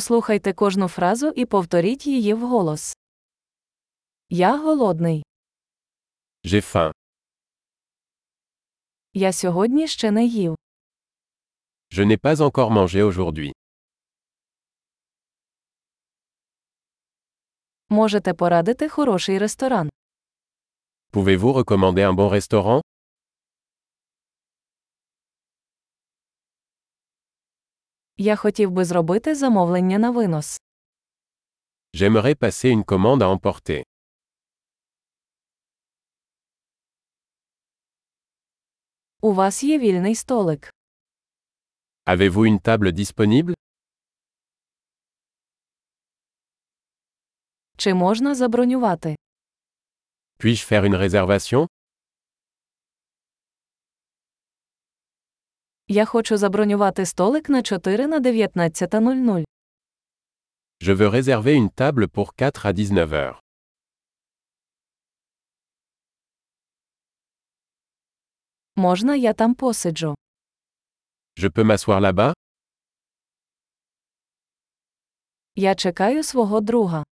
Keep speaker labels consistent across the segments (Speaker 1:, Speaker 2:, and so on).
Speaker 1: Послухайте кожну фразу і повторіть її вголос. Я голодний.
Speaker 2: J'ai faim.
Speaker 1: Я сьогодні ще не їв.
Speaker 2: Je n'ai pas encore mangé aujourd'hui.
Speaker 1: Можете порадити хороший ресторан.
Speaker 2: Pouvez-vous recommander un bon restaurant
Speaker 1: Я хотів би зробити замовлення на винос.
Speaker 2: J'aimerais passer une commande à emporter.
Speaker 1: У вас є вільний столик.
Speaker 2: Avez-vous une table disponible
Speaker 1: Чи можна забронювати?
Speaker 2: Puis-je faire une réservation
Speaker 1: Я хочу забронювати столик на 4 на 19.00.
Speaker 2: Je veux réserver une table pour 4 à 19 heures.
Speaker 1: Можна я там посиджу?
Speaker 2: Je peux m'asseoir là-bas
Speaker 1: Я чекаю свого друга.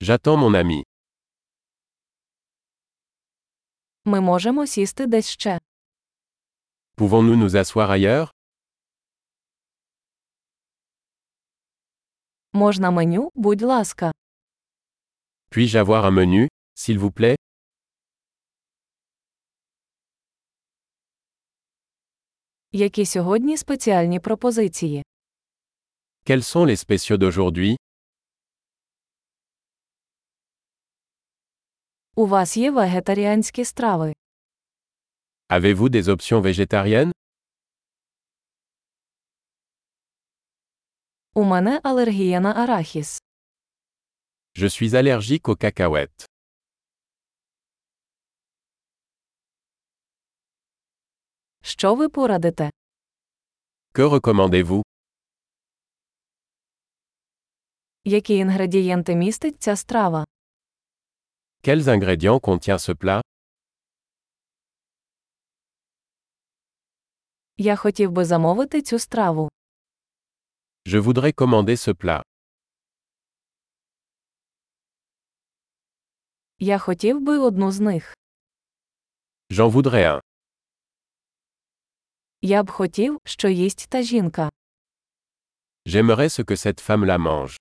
Speaker 2: J'attends mon ami.
Speaker 1: Ми можемо сісти десь ще.
Speaker 2: Pouvons-nous nous asseoir ailleurs
Speaker 1: Можна меню, будь ласка.
Speaker 2: Puis-je avoir un menu, s'il vous plaît
Speaker 1: Які сьогодні спеціальні пропозиції?
Speaker 2: Quels sont les spéciaux d'aujourd'hui
Speaker 1: У вас є вегетаріанські страви.
Speaker 2: Avez-vous des options végétariennes
Speaker 1: У мене алергія на арахіс.
Speaker 2: Je suis allergique aux cacahuètes.
Speaker 1: Що ви порадите?
Speaker 2: Que recommandez-vous
Speaker 1: Які інгредієнти містить ця страва?
Speaker 2: Quels ingrédients contient ce plat
Speaker 1: Я хотів би замовити цю страву.
Speaker 2: Je voudrais commander ce plat.
Speaker 1: Я хотів би одну з них.
Speaker 2: J'en voudrais un.
Speaker 1: Я б хотів, що їсть та жінка.
Speaker 2: J'aimerais ce que cette femme la mange.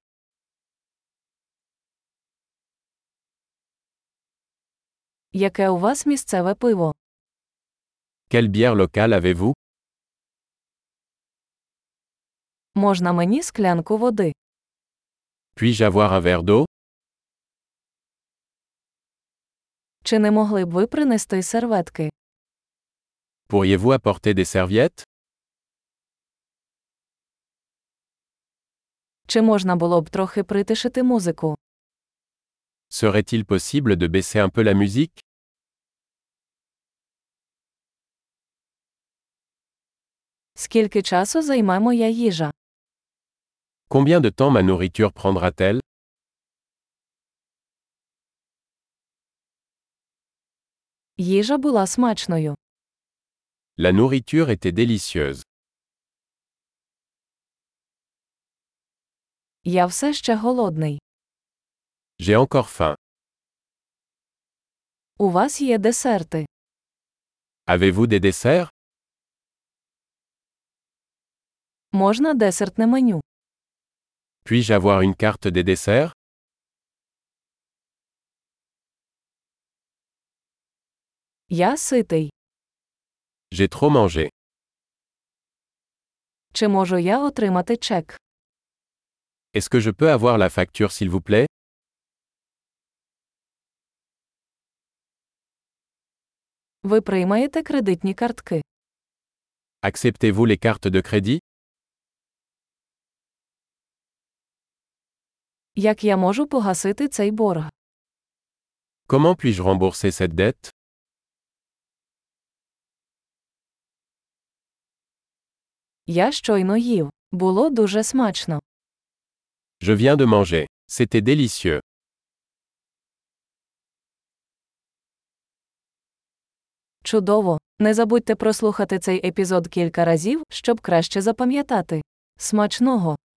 Speaker 1: Яке у вас місцеве пиво?
Speaker 2: Quelle bière locale avez-vous
Speaker 1: Можна мені склянку води?
Speaker 2: Puis-je avoir un verre d'eau
Speaker 1: Чи не могли б ви принести серветки?
Speaker 2: Pourriez-vous apporter des serviettes
Speaker 1: Чи можна було б трохи притишити музику?
Speaker 2: Serait-il possible de baisser un peu la musique
Speaker 1: Скільки часу займе моя їжа?
Speaker 2: Combien de temps ma nourriture prendra-t-elle
Speaker 1: Їжа була смачною.
Speaker 2: La nourriture était délicieuse.
Speaker 1: Я все ще голодний.
Speaker 2: J'ai encore faim.
Speaker 1: У вас є десерти.
Speaker 2: Avez-vous des desserts
Speaker 1: Можна десертне меню.
Speaker 2: Puis-je avoir une carte des desserts
Speaker 1: Я ситий.
Speaker 2: J'ai trop mangé.
Speaker 1: Чи можу я отримати чек?
Speaker 2: Est-ce que je peux avoir la facture s'il vous plaît
Speaker 1: Ви приймаєте кредитні картки.
Speaker 2: Acceptez-vous les cartes de crédit
Speaker 1: Як я можу погасити цей борг?
Speaker 2: Comment puis-je rembourser cette dette
Speaker 1: Я щойно їв. Було дуже смачно.
Speaker 2: Je viens de manger. C'était délicieux.
Speaker 1: Чудово! Не забудьте прослухати цей епізод кілька разів, щоб краще запам'ятати. Смачного!